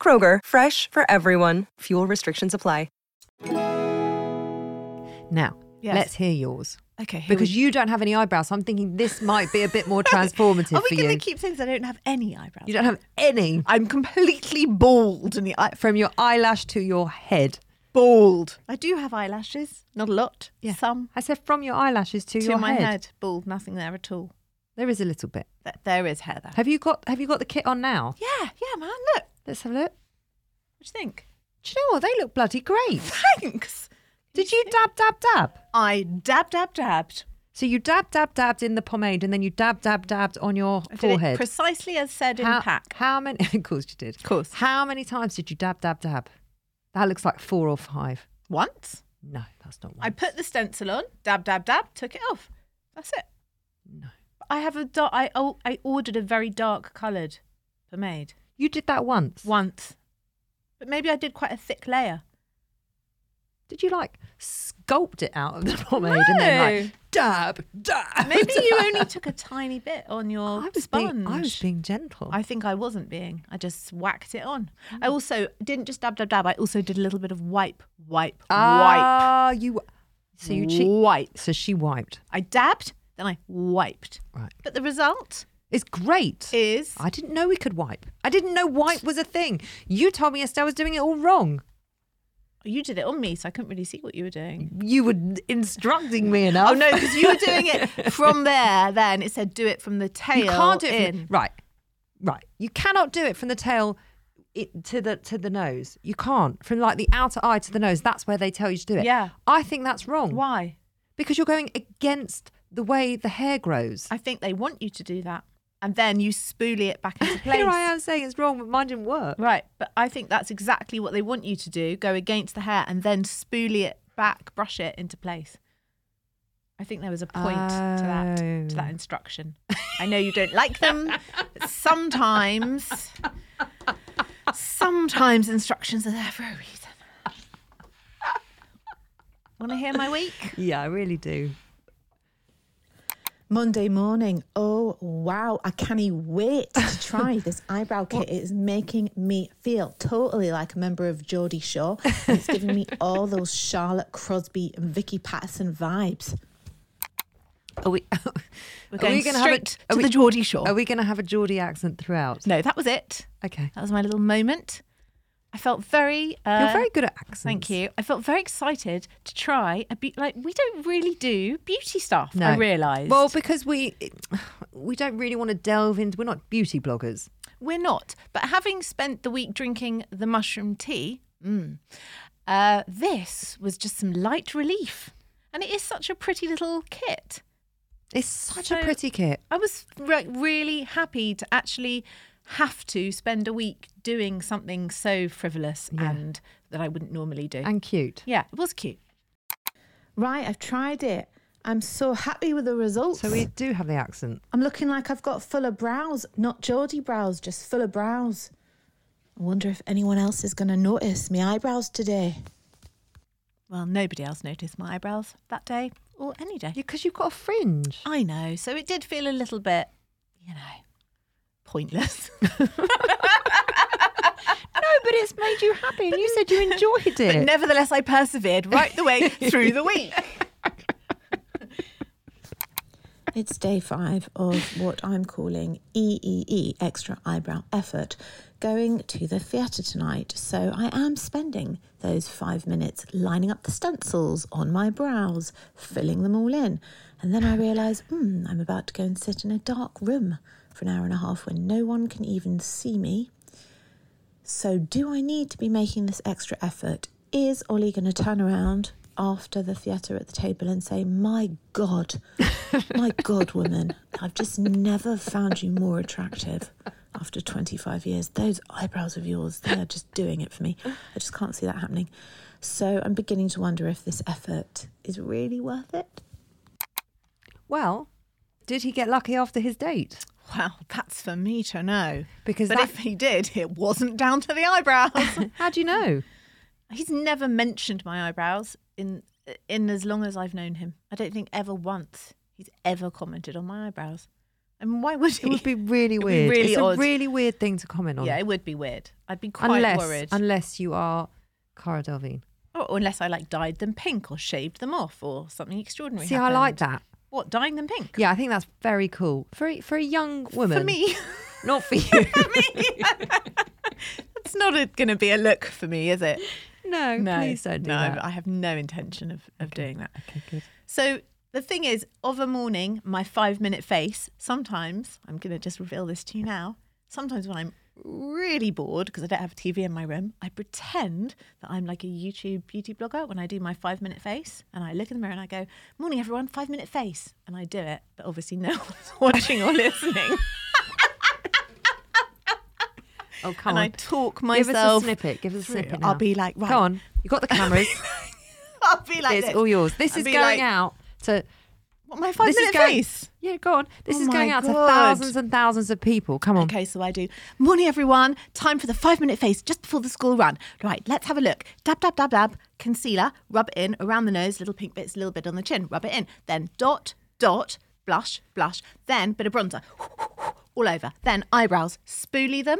Speaker 4: Kroger, fresh for everyone. Fuel restrictions apply.
Speaker 2: Now,
Speaker 1: Yes.
Speaker 2: let's hear yours.
Speaker 1: Okay, here
Speaker 2: Because
Speaker 1: we-
Speaker 2: you don't have any eyebrows, so I'm thinking this might be a bit more transformative
Speaker 1: Are we
Speaker 2: for
Speaker 1: going to
Speaker 2: you.
Speaker 1: keep saying that I don't have any eyebrows?
Speaker 2: You don't have any
Speaker 1: I'm completely bald in the eye.
Speaker 2: from your eyelash to your head.
Speaker 1: Bald. I do have eyelashes. Not a lot. Some.
Speaker 2: I said from your eyelashes to,
Speaker 1: to
Speaker 2: your
Speaker 1: my
Speaker 2: head.
Speaker 1: Bald. Nothing there at all.
Speaker 2: There is a little bit.
Speaker 1: Th- There is hair there.
Speaker 2: Have you got Have you got the kit on now?
Speaker 1: Yeah, yeah, man. Look.
Speaker 2: Let's have a look.
Speaker 1: What do you think?
Speaker 2: Do you know what? They look bloody great.
Speaker 1: Thanks.
Speaker 2: Did you dab dab dab?
Speaker 1: I dab dab dabbed.
Speaker 2: So you dab dab dabbed in the pomade, and then you dab dab dabbed on your
Speaker 1: I did it
Speaker 2: forehead.
Speaker 1: precisely as said
Speaker 2: how,
Speaker 1: in pack.
Speaker 2: How many? Of course you did.
Speaker 1: Of course.
Speaker 2: How many times did you dab dab dab? That looks like four or five.
Speaker 1: Once
Speaker 2: No, that's not one.
Speaker 1: I put the stencil on, dab dab dab, took it off. That's it.
Speaker 2: No.
Speaker 1: I have a dark. I oh, I ordered a very dark coloured pomade
Speaker 2: You did that once.
Speaker 1: once, but maybe I did quite a thick layer.
Speaker 2: Did you like sculpt it out of the pomade and then
Speaker 1: No.
Speaker 2: like dab dab?
Speaker 1: Maybe you
Speaker 2: dab?
Speaker 1: only took a tiny bit on your
Speaker 2: I was
Speaker 1: sponge.
Speaker 2: being I was being gentle.
Speaker 1: I think I wasn't being. I just whacked it on.
Speaker 2: Mm.
Speaker 1: I also didn't just dab dab dab. I also did a little bit of wipe, wipe, wipe.
Speaker 2: ah, you. So you cheat.
Speaker 1: wipe.
Speaker 2: So she wiped.
Speaker 1: I dabbed, then I wiped.
Speaker 2: Right.
Speaker 1: But the result
Speaker 2: It's great.
Speaker 1: is
Speaker 2: I didn't know we could wipe. I didn't know wipe was a thing. You told me yesterday I was doing it all wrong.
Speaker 1: you did it on me, so I couldn't really see what you were doing.
Speaker 2: You were instructing me enough.
Speaker 1: Oh no, because you were doing it from there. Then it said do it from the tail.
Speaker 2: you can't do it
Speaker 1: in.
Speaker 2: From the, right, right. You cannot do it from the tail it, to the to the nose. You can't from like the outer eye to the nose. That's where they tell you to do it.
Speaker 1: Yeah.
Speaker 2: I think that's wrong.
Speaker 1: Why?
Speaker 2: Because you're going against the way the hair grows.
Speaker 1: I think they want you to do that, and then you spoolie it back into place.
Speaker 2: Here I am saying it's wrong, but mine didn't work.
Speaker 1: Right, but I think that's exactly what they want you to do: go against the hair and then spoolie it back, brush it into place. I think there was a point to that to
Speaker 2: Oh.
Speaker 1: that instruction. I know you don't like them. but sometimes, sometimes instructions are there for a reason. Want to hear my week?
Speaker 2: Yeah, I really do.
Speaker 5: Monday morning. Oh wow, I can't wait to try this eyebrow kit. It is making me feel totally like a member of Geordie Shore. And it's giving me all those Charlotte Crosby and Vicky Patterson vibes.
Speaker 2: Are we?
Speaker 1: We're
Speaker 2: are
Speaker 1: going
Speaker 2: we gonna have a-
Speaker 1: straight
Speaker 2: are
Speaker 1: to
Speaker 2: we-
Speaker 1: the Geordie Shore.
Speaker 2: Are we going to have a Geordie accent throughout?
Speaker 1: no, that was it.
Speaker 2: Okay.
Speaker 1: That was my little moment. I felt very. Uh,
Speaker 2: You're very good at accents.
Speaker 1: Thank you. I felt very excited to try a be- like we don't really do beauty stuff.
Speaker 2: No.
Speaker 1: I realised.
Speaker 2: Well, because we we don't really want to delve into. We're not beauty bloggers.
Speaker 1: We're not. But having spent the week drinking the mushroom tea, mm, uh, this was just some light relief. And it is such a pretty little kit.
Speaker 2: It's such a
Speaker 1: So-
Speaker 2: pretty kit.
Speaker 1: I was re- really happy to actually have to spend a week doing something so frivolous
Speaker 2: Yeah.
Speaker 1: and that I wouldn't normally do.
Speaker 2: and cute.
Speaker 1: yeah, it was cute.
Speaker 5: Right, I've tried it. I'm so happy with the results.
Speaker 2: So we do have the accent.
Speaker 5: I'm looking like I've got fuller brows, not Geordie brows, just fuller brows. I wonder if anyone else is going to notice my eyebrows today.
Speaker 1: Well, nobody else noticed my eyebrows that day or any day.
Speaker 2: Because you've got a fringe.
Speaker 1: I know. So it did feel a little bit, you know, pointless.
Speaker 2: No, but it's made you happy and you said you enjoyed
Speaker 1: but
Speaker 2: it.
Speaker 1: nevertheless, I persevered right the way through the week.
Speaker 5: It's day five of what I'm calling EEE, extra eyebrow effort, going to the theatre tonight. So I am spending those five minutes lining up the stencils on my brows, filling them all in. And then I realise, hmm, I'm about to go and sit in a dark room for an hour and a half when no one can even see me. So, do I need to be making this extra effort? Is Ollie going to turn around after the theatre at the table and say, My God, my God, woman, I've just never found you more attractive after 25 years. Those eyebrows of yours, they're just doing it for me. I just can't see that happening. So, I'm beginning to wonder if this effort is really worth it.
Speaker 2: Well, did he get lucky after his date?
Speaker 1: Well, that's for me to know.
Speaker 2: Because
Speaker 1: but
Speaker 2: that-
Speaker 1: if he did, it wasn't down to the eyebrows.
Speaker 2: How do you know?
Speaker 1: He's never mentioned my eyebrows in in as long as I've known him. I don't think ever once he's ever commented on my eyebrows. and why would he?
Speaker 2: It would be really
Speaker 1: It'd
Speaker 2: weird.
Speaker 1: really
Speaker 2: it's
Speaker 1: odd.
Speaker 2: a really weird thing to comment on.
Speaker 1: yeah, it would be weird. I'd be quite
Speaker 2: unless,
Speaker 1: worried.
Speaker 2: Unless you are Cara Delevingne.
Speaker 1: Oh, unless I like dyed them pink or shaved them off or something extraordinary.
Speaker 2: See, I like
Speaker 1: happened.
Speaker 2: that.
Speaker 1: What dyeing them pink?
Speaker 2: Yeah, I think that's very cool for a, for a young woman.
Speaker 1: for me.
Speaker 2: not for you.
Speaker 1: That's not going to be a look for me, is it?
Speaker 2: no,
Speaker 1: no,
Speaker 2: please don't do
Speaker 1: no,
Speaker 2: that.
Speaker 1: I have no intention of, of doing that.
Speaker 2: Okay, good.
Speaker 1: So the thing is, of a morning, my five minute face, sometimes, I'm going to just reveal this to you now, sometimes when I'm really bored because I don't have a TV in my room, I pretend that I'm like a YouTube beauty blogger when I do my five minute face and I look in the mirror and I go, Morning everyone, five minute face. And I do it, but obviously no one's watching or listening.
Speaker 2: Oh, come
Speaker 1: and
Speaker 2: on.
Speaker 1: I talk
Speaker 2: Give us
Speaker 1: myself.
Speaker 2: a snippet. Give us a
Speaker 1: through.
Speaker 2: snippet.
Speaker 1: I'll
Speaker 2: now.
Speaker 1: be like, right.
Speaker 2: Go on. You got the cameras.
Speaker 1: I'll be like,
Speaker 2: it's
Speaker 1: this.
Speaker 2: all yours. This
Speaker 1: I'll
Speaker 2: is
Speaker 1: be
Speaker 2: going
Speaker 1: like,
Speaker 2: out to
Speaker 1: What, my five
Speaker 2: this
Speaker 1: minute
Speaker 2: is going,
Speaker 1: face?
Speaker 2: Yeah, go on. This
Speaker 1: Oh
Speaker 2: is
Speaker 1: my
Speaker 2: going out to
Speaker 1: God.
Speaker 2: thousands and thousands of people. Come on.
Speaker 1: Okay, so I do. Morning, everyone. Time for the five minute face just before the school run. Right, let's have a look. Dab, dab, dab, dab. Concealer, rub it in around the nose, little pink bits, a little bit on the chin, rub it in. Then dot, dot, blush, blush. Then bit of bronzer, all over. Then eyebrows, spoolie them,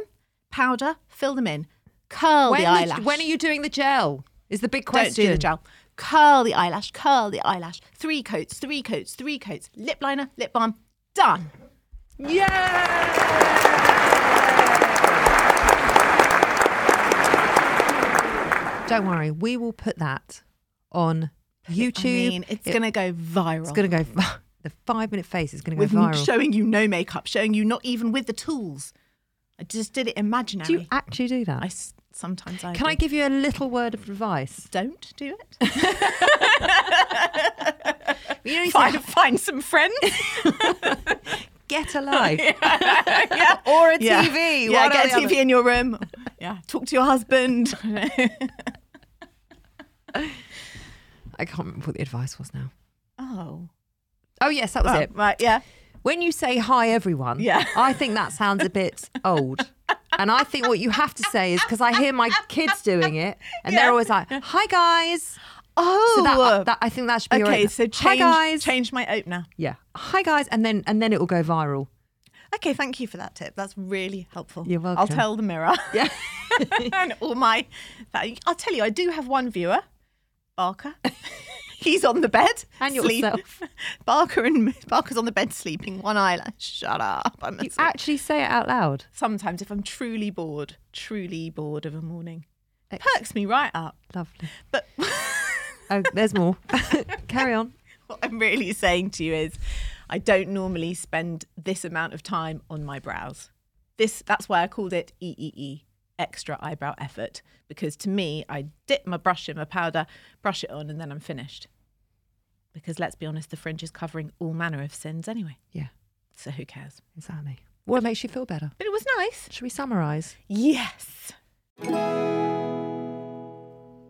Speaker 1: powder, fill them in, curl
Speaker 2: When,
Speaker 1: the
Speaker 2: the-
Speaker 1: eyelash.
Speaker 2: when are you doing the gel? Is the big question.
Speaker 1: Don't do the gel. Curl the eyelash, curl the eyelash. Three coats, three coats, three coats. Lip liner, lip balm, done.
Speaker 2: Don't worry. We will put that on YouTube.
Speaker 1: I mean, it's
Speaker 2: It-
Speaker 1: going to go viral.
Speaker 2: It's going to go. The five minute face is going to
Speaker 1: with
Speaker 2: go viral.
Speaker 1: showing you no makeup, showing you not even with the tools. I just did it imaginary.
Speaker 2: do you actually do that?
Speaker 1: I s- sometimes I
Speaker 2: Can
Speaker 1: do.
Speaker 2: I give you a little word of advice?
Speaker 1: Don't do it.
Speaker 2: You know, you
Speaker 1: find,
Speaker 2: said,
Speaker 1: find some friends
Speaker 2: get a life.
Speaker 1: or a
Speaker 2: TV,
Speaker 1: Yeah,
Speaker 2: one or
Speaker 1: get
Speaker 2: the
Speaker 1: a TV in your room. Yeah, talk to your husband.
Speaker 2: Oh. I can't remember what the advice was now.
Speaker 1: oh,
Speaker 2: Oh yes, that was
Speaker 1: Oh,
Speaker 2: it.
Speaker 1: right? Yeah,
Speaker 2: When you say hi, everyone,
Speaker 1: Yeah.
Speaker 2: I think that sounds a bit old. And I think what you have to say is because I hear my kids doing it, and
Speaker 1: Yeah.
Speaker 2: they're always like, "Hi guys."
Speaker 1: Oh,
Speaker 2: so that, that I think that should be your
Speaker 1: okay.
Speaker 2: opener.
Speaker 1: So
Speaker 2: hi
Speaker 1: change,
Speaker 2: guys.
Speaker 1: change my oh, opener.
Speaker 2: Yeah, hi guys, and then and then it will go viral.
Speaker 1: Okay, thank you for that tip. That's really helpful.
Speaker 2: You're
Speaker 1: I'll
Speaker 2: welcome.
Speaker 1: tell the mirror.
Speaker 2: Yeah.
Speaker 1: and all my. that- I'll tell you, I do have one viewer, Barker. He's on the bed.
Speaker 2: And
Speaker 1: sleep-
Speaker 2: yourself.
Speaker 1: Barker and Barker's on the bed sleeping, one eyelash. Shut up. I'm
Speaker 2: You actually say it out loud.
Speaker 1: Sometimes if I'm truly bored, truly bored of a morning,
Speaker 2: Ex-
Speaker 1: perks me right up. Oh,
Speaker 2: Lovely.
Speaker 1: But
Speaker 2: Oh, there's more. Carry on.
Speaker 1: what I'm really saying to you is I don't normally spend this amount of time on my brows. This that's why I called it EEE, extra eyebrow effort, because to me, I dip my brush in my powder, brush it on, and then I'm finished. Because let's be honest, the fringe is covering all manner of sins anyway,
Speaker 2: Yeah,
Speaker 1: so who cares?
Speaker 2: exactly. What makes you feel better?
Speaker 1: But it was nice.
Speaker 2: Should we summarise?
Speaker 1: Yes,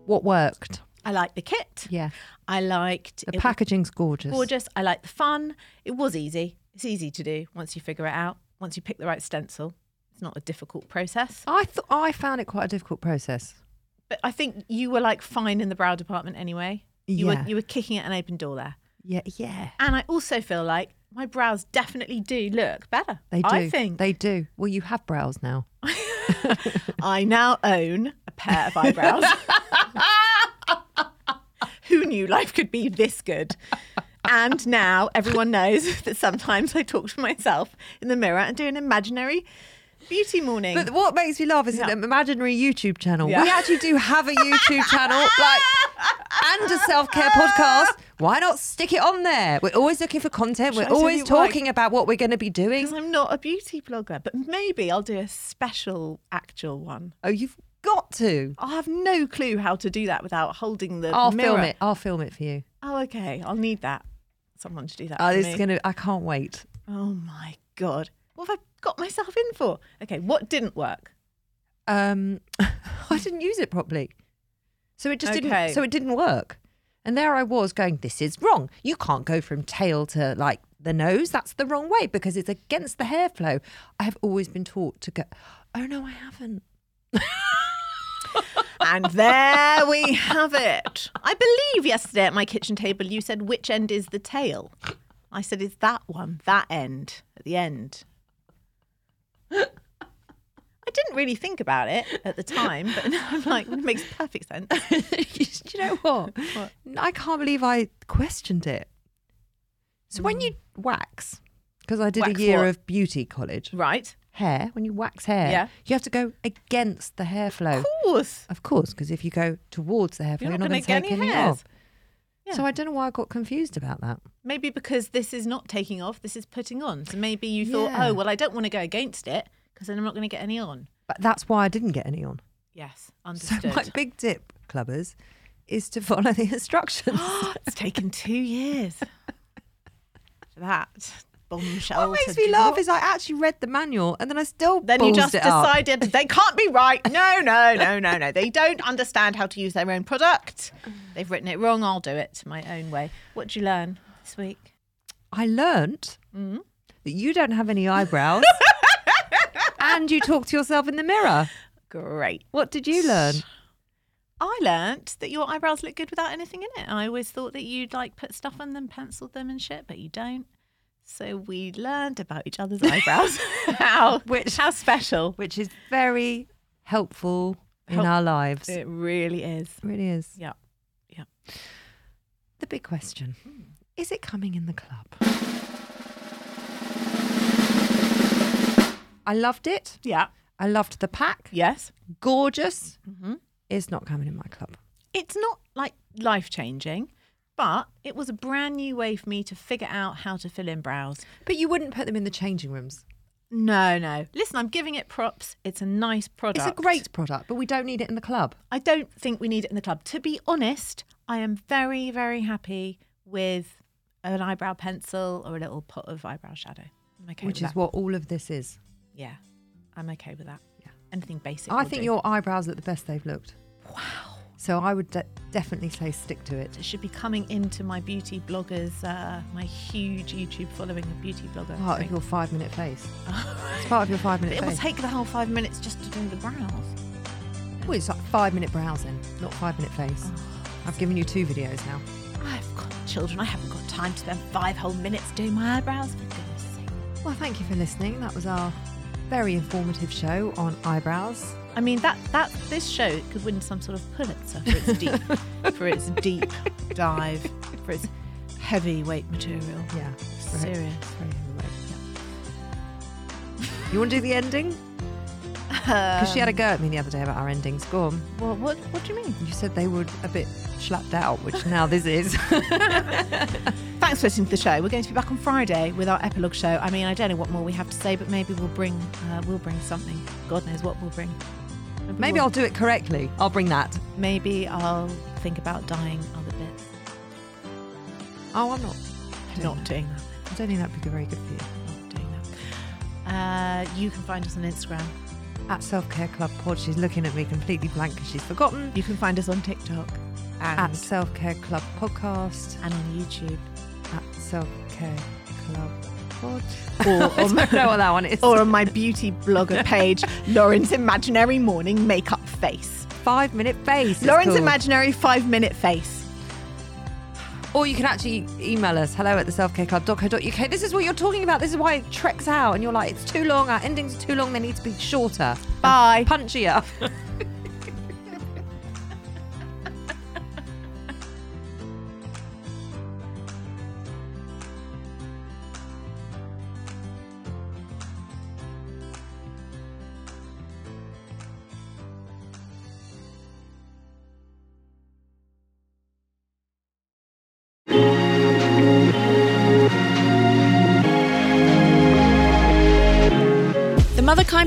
Speaker 2: What worked?
Speaker 1: I like the kit.
Speaker 2: Yeah.
Speaker 1: I liked
Speaker 2: The
Speaker 1: it was
Speaker 2: packaging's gorgeous.
Speaker 1: gorgeous. I like the fun. It was easy. It's easy to do once you figure it out. Once you pick the right stencil, it's not a difficult process.
Speaker 2: I thought I found it quite a difficult process.
Speaker 1: But I think you were like fine in the brow department anyway. You
Speaker 2: Yeah.
Speaker 1: were you were kicking at an open door there.
Speaker 2: Yeah, yeah.
Speaker 1: And I also feel like my brows definitely do look better.
Speaker 2: They do.
Speaker 1: I think
Speaker 2: they do. Well, you have brows now.
Speaker 1: I now own a pair of eyebrows. Who knew life could be this good? And now everyone knows that sometimes I talk to myself in the mirror and do an imaginary beauty morning.
Speaker 2: But what makes me laugh is
Speaker 1: Yeah.
Speaker 2: an imaginary YouTube channel.
Speaker 1: Yeah.
Speaker 2: We actually do have a YouTube channel, like and a self care podcast. Why not stick it on there? We're always looking for content.
Speaker 1: Shall I
Speaker 2: We're
Speaker 1: tell
Speaker 2: always
Speaker 1: you why?
Speaker 2: talking about what we're going to be doing.
Speaker 1: Because I'm not a beauty blogger, but maybe I'll do a special actual one.
Speaker 2: Oh, you've got to.
Speaker 1: I have no clue how to do that without holding the
Speaker 2: I'll
Speaker 1: mirror.
Speaker 2: film it. I'll film it for you.
Speaker 1: Oh, okay. I'll need that. Someone to do that.
Speaker 2: Oh,
Speaker 1: for
Speaker 2: this is
Speaker 1: me.
Speaker 2: gonna. I can't wait.
Speaker 1: Oh my god. What have I got myself in for? Okay, what didn't work?
Speaker 2: Um, I didn't use it properly, so it just
Speaker 1: Okay.
Speaker 2: didn't. So it didn't work. And there I was going, this is wrong. You can't go from tail to like the nose. That's the wrong way because it's against the hair flow. I have always been taught to go. Oh no, I haven't.
Speaker 1: And there we have it. I believe yesterday at my kitchen table you said which end is the tail. I said it's that one, that end, at the end. I didn't really think about it at the time, but now I'm like, it makes perfect sense.
Speaker 2: Do you know what?
Speaker 1: What?
Speaker 2: I can't believe I questioned it. So when you wax, because I did
Speaker 1: Mm. Wax
Speaker 2: a year
Speaker 1: what?
Speaker 2: of beauty college,
Speaker 1: Right.
Speaker 2: hair. When you wax hair,
Speaker 1: Yeah.
Speaker 2: you have to go against the hair flow.
Speaker 1: Of course.
Speaker 2: Of course, because if you go towards the hair flow,
Speaker 1: You're
Speaker 2: you're
Speaker 1: not
Speaker 2: not
Speaker 1: gonna
Speaker 2: going to take
Speaker 1: get any
Speaker 2: any
Speaker 1: hairs.
Speaker 2: off. So I don't know why I got confused about that.
Speaker 1: Maybe because this is not taking off, this is putting on. So maybe you thought,
Speaker 2: Yeah.
Speaker 1: oh, well, I don't want to go against it because then I'm not going to get any on.
Speaker 2: But that's why I didn't get any on.
Speaker 1: Yes, understood.
Speaker 2: So my big tip, clubbers, is to follow the instructions.
Speaker 1: it's taken two years for that bombshell.
Speaker 2: what makes
Speaker 1: to
Speaker 2: me laugh
Speaker 1: drop.
Speaker 2: is I actually read the manual and then I still
Speaker 1: then you
Speaker 2: balls
Speaker 1: just
Speaker 2: it up.
Speaker 1: decided they can't be right. No, no, no, no, no. They don't understand how to use their own product. They've written it wrong. I'll do it my own way. What'd you learn this week?
Speaker 2: I learnt
Speaker 1: Mm-hmm.
Speaker 2: that you don't have any eyebrows, and you talk to yourself in the mirror.
Speaker 1: Great.
Speaker 2: What did you learn?
Speaker 1: I learnt that your eyebrows look good without anything in it. I always thought that you'd like put stuff on them, pencil them and shit, but you don't. So we learned about each other's eyebrows. how
Speaker 2: Which-
Speaker 1: how special.
Speaker 2: Which is very helpful in
Speaker 1: Help-
Speaker 2: our lives. It
Speaker 1: It really is.
Speaker 2: really is.
Speaker 1: Yeah.
Speaker 2: The big question is it coming in the club? I loved it.
Speaker 1: Yeah.
Speaker 2: I loved the pack.
Speaker 1: Yes.
Speaker 2: Gorgeous.
Speaker 1: Mm-hmm.
Speaker 2: It's not coming in my club.
Speaker 1: It's not like life changing, but it was a brand new way for me to figure out how to fill in brows.
Speaker 2: But you wouldn't put them in the changing rooms.
Speaker 1: No, no. Listen, I'm giving it props. It's a nice product.
Speaker 2: It's a great product, but we don't need it in the club.
Speaker 1: I don't think we need it in the club. To be honest, I am very, very happy with an eyebrow pencil or a little pot of eyebrow shadow. I'm okay
Speaker 2: which
Speaker 1: with
Speaker 2: is
Speaker 1: that.
Speaker 2: what all of this is.
Speaker 1: Yeah, I'm okay with that.
Speaker 2: Yeah.
Speaker 1: Anything basic.
Speaker 2: I
Speaker 1: will
Speaker 2: think
Speaker 1: do.
Speaker 2: your eyebrows look the best they've looked. Wow. So I would de- definitely say stick to it.
Speaker 1: It should be coming into my beauty bloggers, uh, my huge YouTube following of beauty bloggers.
Speaker 2: Part of your five minute face. It's part of your five minute
Speaker 1: It will
Speaker 2: face.
Speaker 1: take the whole five minutes just to do the brows.
Speaker 2: Well, it's like five minute browsing, not five minute face. I've given you two videos now.
Speaker 1: I've got children. I haven't got time to spend five whole minutes doing my eyebrows. For goodness sake.
Speaker 2: Well, thank you for listening. That was our very informative show on eyebrows.
Speaker 1: I mean, that that this show could win some sort of Pulitzer for its deep, for its deep dive, for its heavyweight material.
Speaker 2: Yeah.
Speaker 1: Serious.
Speaker 2: It's very heavyweight. You want to do the ending? Because she had a go at me the other day about our endings. Go on.
Speaker 1: Well, what what do you mean?
Speaker 2: You said they were a bit slapped out, which now this is.
Speaker 1: Thanks for listening to the show. We're going to be back on Friday with our epilogue show. I mean, I don't know what more we have to say, but maybe we'll bring uh, we'll bring something. God knows what we'll bring.
Speaker 2: Maybe
Speaker 1: we'll-
Speaker 2: I'll do it correctly. I'll bring that.
Speaker 1: maybe I'll think about dying other bits.
Speaker 2: Oh, I'm not.
Speaker 1: Not doing that.
Speaker 2: I don't think that'd be very good for you.
Speaker 1: Not doing that. Uh, you can find us on Instagram.
Speaker 2: At Self Care Club Pod, she's looking at me completely blank because she's forgotten.
Speaker 1: You can find us on TikTok and
Speaker 2: At Self Care Club Podcast.
Speaker 1: and on YouTube.
Speaker 2: At Self Care Club Pod.
Speaker 1: Or
Speaker 2: I
Speaker 1: on-
Speaker 2: don't know what that one is.
Speaker 1: Or on my beauty blogger page, Lauren's Imaginary Morning Makeup Face.
Speaker 2: Five Minute Face. it's
Speaker 1: Lauren's
Speaker 2: called.
Speaker 1: Imaginary Five Minute Face.
Speaker 2: Or you can actually email us hello at the selfcareclub.co.uk. This is what you're talking about. This is why it treks out and you're like, it's too long. Our endings are too long. They need to be shorter.
Speaker 1: Bye.
Speaker 2: Punchier.
Speaker 6: The Motherkind